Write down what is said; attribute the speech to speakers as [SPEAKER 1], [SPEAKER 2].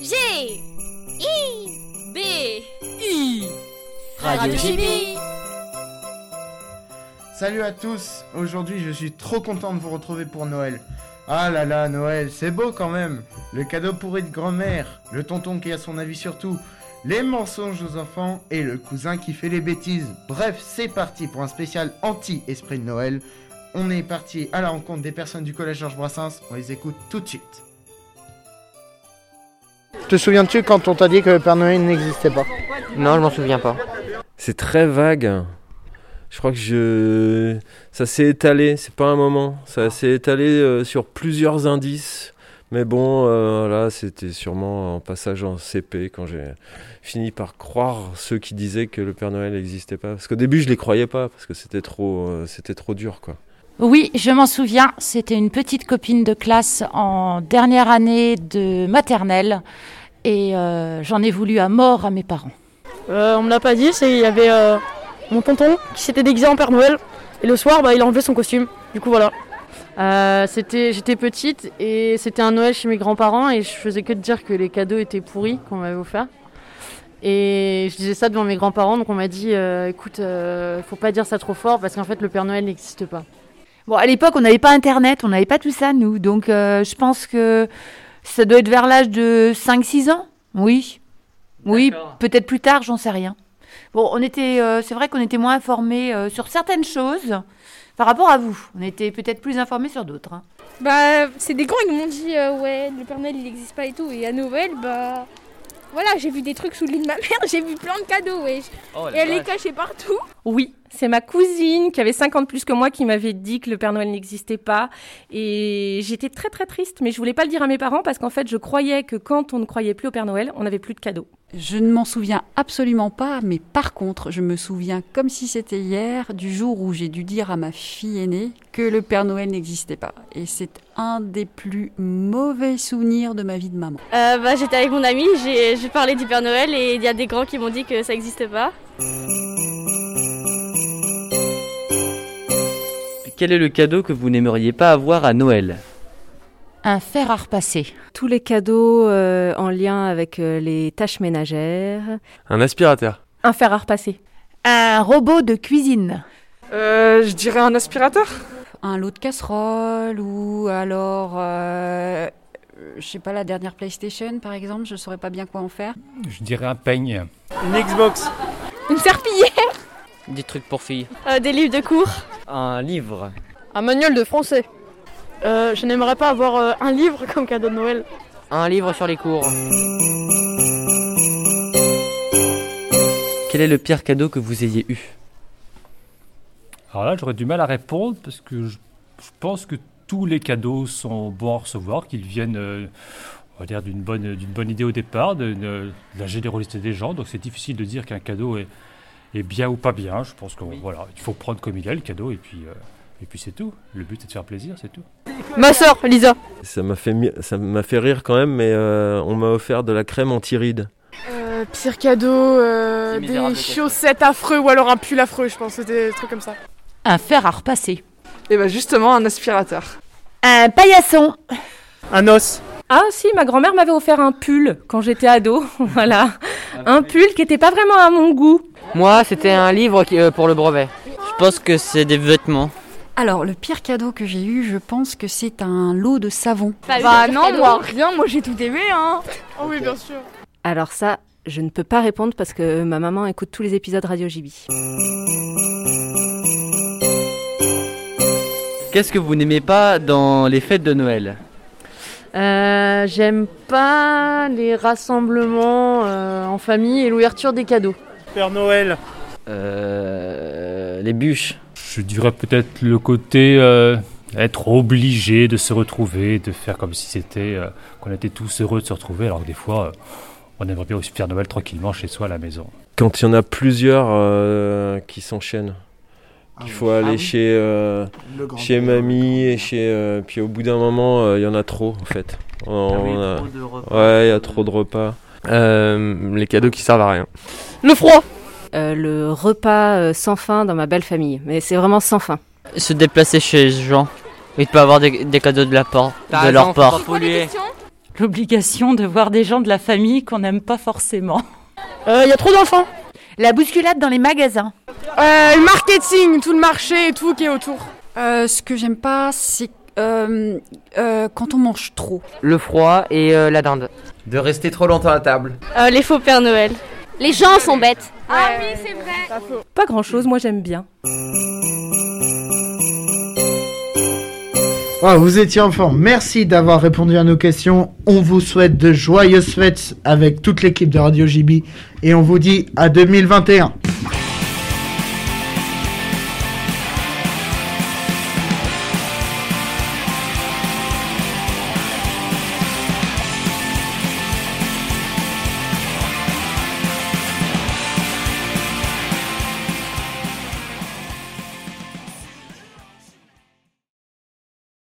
[SPEAKER 1] G I B I Radio Chibi
[SPEAKER 2] Salut à tous, aujourd'hui je suis trop content de vous retrouver pour Noël. Ah là là, Noël, c'est beau quand même. Le cadeau pourri de grand-mère, le tonton qui a son avis sur tout, les mensonges aux enfants et le cousin qui fait les bêtises. Bref, c'est parti pour un spécial anti-esprit de Noël. On est parti à la rencontre des personnes du collège Georges Brassens, on les écoute tout de suite. Te souviens-tu quand on t'a dit que le Père Noël n'existait pas
[SPEAKER 3] Non, je m'en souviens pas.
[SPEAKER 4] C'est très vague. Je crois que je... ça s'est étalé, c'est pas un moment. Ça s'est étalé euh, sur plusieurs indices. Mais bon, euh, là, c'était sûrement en passage en CP quand j'ai fini par croire ceux qui disaient que le Père Noël n'existait pas. Parce qu'au début, je les croyais pas, parce que c'était trop, euh, c'était trop dur, quoi.
[SPEAKER 5] Oui, je m'en souviens. C'était une petite copine de classe en dernière année de maternelle. Et euh, j'en ai voulu à mort à mes parents.
[SPEAKER 6] Euh, on me l'a pas dit, c'est il y avait euh, mon tonton qui s'était déguisé en Père Noël et le soir bah, il a enlevé son costume. Du coup voilà.
[SPEAKER 7] Euh, c'était, j'étais petite et c'était un Noël chez mes grands-parents et je faisais que de dire que les cadeaux étaient pourris qu'on m'avait offert. Et je disais ça devant mes grands-parents, donc on m'a dit euh, écoute, euh, faut pas dire ça trop fort parce qu'en fait le Père Noël n'existe pas.
[SPEAKER 8] Bon, à l'époque, on n'avait pas Internet, on n'avait pas tout ça, nous. Donc, euh, je pense que ça doit être vers l'âge de 5-6 ans. Oui. Oui, peut-être plus tard, j'en sais rien. Bon, on était, euh, c'est vrai qu'on était moins informés euh, sur certaines choses par rapport à vous. On était peut-être plus informés sur d'autres. hein.
[SPEAKER 9] Bah, c'est des grands, ils m'ont dit, euh, ouais, le Père Noël il n'existe pas et tout. Et à Noël, bah. Voilà, j'ai vu des trucs sous le lit de ma mère, j'ai vu plein de cadeaux, ouais.
[SPEAKER 3] Oh, Ah,
[SPEAKER 9] et elle les cachait partout.
[SPEAKER 10] Oui, c'est ma cousine qui avait 50 plus que moi qui m'avait dit que le Père Noël n'existait pas. Et j'étais très très triste, mais je voulais pas le dire à mes parents parce qu'en fait je croyais que quand on ne croyait plus au Père Noël, on n'avait plus de cadeaux.
[SPEAKER 11] Je ne m'en souviens absolument pas, mais par contre, je me souviens comme si c'était hier du jour où j'ai dû dire à ma fille aînée que le Père Noël n'existait pas. Et c'est un des plus mauvais souvenirs de ma vie de maman.
[SPEAKER 12] Euh, bah, j'étais avec mon ami, j'ai j'ai parlé du Père Noël et il y a des grands qui m'ont dit que ça n'existait pas.
[SPEAKER 3] Quel est le cadeau que vous n'aimeriez pas avoir à Noël
[SPEAKER 5] Un fer à repasser.
[SPEAKER 13] tous les cadeaux euh, en lien avec euh, les tâches ménagères.
[SPEAKER 4] Un aspirateur.
[SPEAKER 10] Un fer à repasser.
[SPEAKER 8] Un robot de cuisine.
[SPEAKER 14] Euh, je dirais un aspirateur.
[SPEAKER 11] Un lot de casseroles ou alors, euh, je sais pas, la dernière PlayStation par exemple, je saurais pas bien quoi en faire.
[SPEAKER 15] Je dirais un peigne.
[SPEAKER 2] Une Xbox
[SPEAKER 9] Une serpillière
[SPEAKER 3] Des trucs pour filles.
[SPEAKER 12] Euh, des livres de cours.
[SPEAKER 3] Un livre.
[SPEAKER 6] Un manuel de français. Euh, je n'aimerais pas avoir euh, un livre comme cadeau de Noël.
[SPEAKER 3] Un livre sur les cours. Quel est le pire cadeau que vous ayez eu
[SPEAKER 15] Alors là, j'aurais du mal à répondre parce que je, je pense que tous les cadeaux sont bons à recevoir, qu'ils viennent, euh, on va dire, d'une bonne, d'une bonne idée au départ, d'une- de, la générosité des gens. Donc c'est difficile de dire qu'un cadeau est, est bien ou pas bien. Je pense qu'il voilà, il faut prendre comme il est le cadeau et puis, euh, et puis c'est tout. Le but c'est de faire plaisir, c'est tout.
[SPEAKER 6] Ma sœur, Lisa.
[SPEAKER 4] Ça m'a fait, mi- ça m'a fait rire quand même, mais euh, on m'a offert de la crème anti-rides.
[SPEAKER 14] pire cadeau, euh,
[SPEAKER 3] C'est misérable,
[SPEAKER 14] des
[SPEAKER 3] le cadeau.
[SPEAKER 14] chaussettes affreux ou alors un pull affreux, je pense, c'était des trucs comme ça.
[SPEAKER 5] Un fer à repasser.
[SPEAKER 14] Et bah justement, un aspirateur.
[SPEAKER 8] Un paillasson.
[SPEAKER 2] Un os
[SPEAKER 10] Ah si, ma grand-mère m'avait offert un pull quand j'étais ado, voilà. Un pull qui n'était pas vraiment à mon goût.
[SPEAKER 3] Moi, c'était un livre euh, pour le brevet. Je pense que c'est des vêtements.
[SPEAKER 11] Alors, le pire cadeau que j'ai eu, je pense que c'est un lot de savon.
[SPEAKER 9] Bah non, moi,
[SPEAKER 14] rien, moi j'ai tout aimé, hein. Oh oui, bien sûr.
[SPEAKER 13] Alors ça, je ne peux pas répondre parce que euh, ma maman écoute tous les épisodes Radio JB.
[SPEAKER 3] Qu'est-ce que vous n'aimez pas dans les fêtes de Noël
[SPEAKER 7] Euh, j'aime pas les rassemblements euh, en famille et l'ouverture des cadeaux.
[SPEAKER 2] Père Noël
[SPEAKER 3] Euh, Les bûches.
[SPEAKER 15] Je dirais peut-être le côté euh, être obligé de se retrouver, de faire comme si c'était euh, qu'on était tous heureux de se retrouver, alors que des fois, euh, on aimerait bien aussi faire Noël tranquillement chez soi à la maison.
[SPEAKER 4] Quand il y en a plusieurs euh, qui s'enchaînent, il faut
[SPEAKER 2] Ah
[SPEAKER 4] aller chez, euh, chez mamie et chez. euh, puis au bout d'un moment, euh, il y en a trop en fait. On- on a- euh, Ouais, il y a trop de repas. Euh,
[SPEAKER 3] les cadeaux qui servent à rien.
[SPEAKER 6] Le froid.
[SPEAKER 13] Euh, le repas euh, sans fin dans ma belle famille, mais c'est vraiment sans fin.
[SPEAKER 3] Se déplacer chez les gens. Ils peuvent avoir des, des cadeaux de, la part, de
[SPEAKER 12] T'as
[SPEAKER 3] leur
[SPEAKER 12] raison, faut
[SPEAKER 3] part.
[SPEAKER 12] pas polluer.
[SPEAKER 5] l'obligation de voir des gens de la famille qu'on n'aime pas forcément.
[SPEAKER 6] Il y a trop d'enfants.
[SPEAKER 8] La bousculade dans les magasins.
[SPEAKER 14] Euh, le marketing, tout le marché et tout qui est autour.
[SPEAKER 11] Euh, ce que j'aime pas, c'est euh, euh, quand on mange trop.
[SPEAKER 3] Le froid et euh, la dinde.
[SPEAKER 16] De rester trop longtemps à table.
[SPEAKER 12] Euh, les faux Père Noël. Les gens sont bêtes.
[SPEAKER 9] Ah oui, c'est vrai.
[SPEAKER 10] Pas grand chose, moi j'aime bien.
[SPEAKER 2] Ah, vous étiez en forme. Merci d'avoir répondu à nos questions. On vous souhaite de joyeuses fêtes avec toute l'équipe de Radio JB et on vous dit à 2021.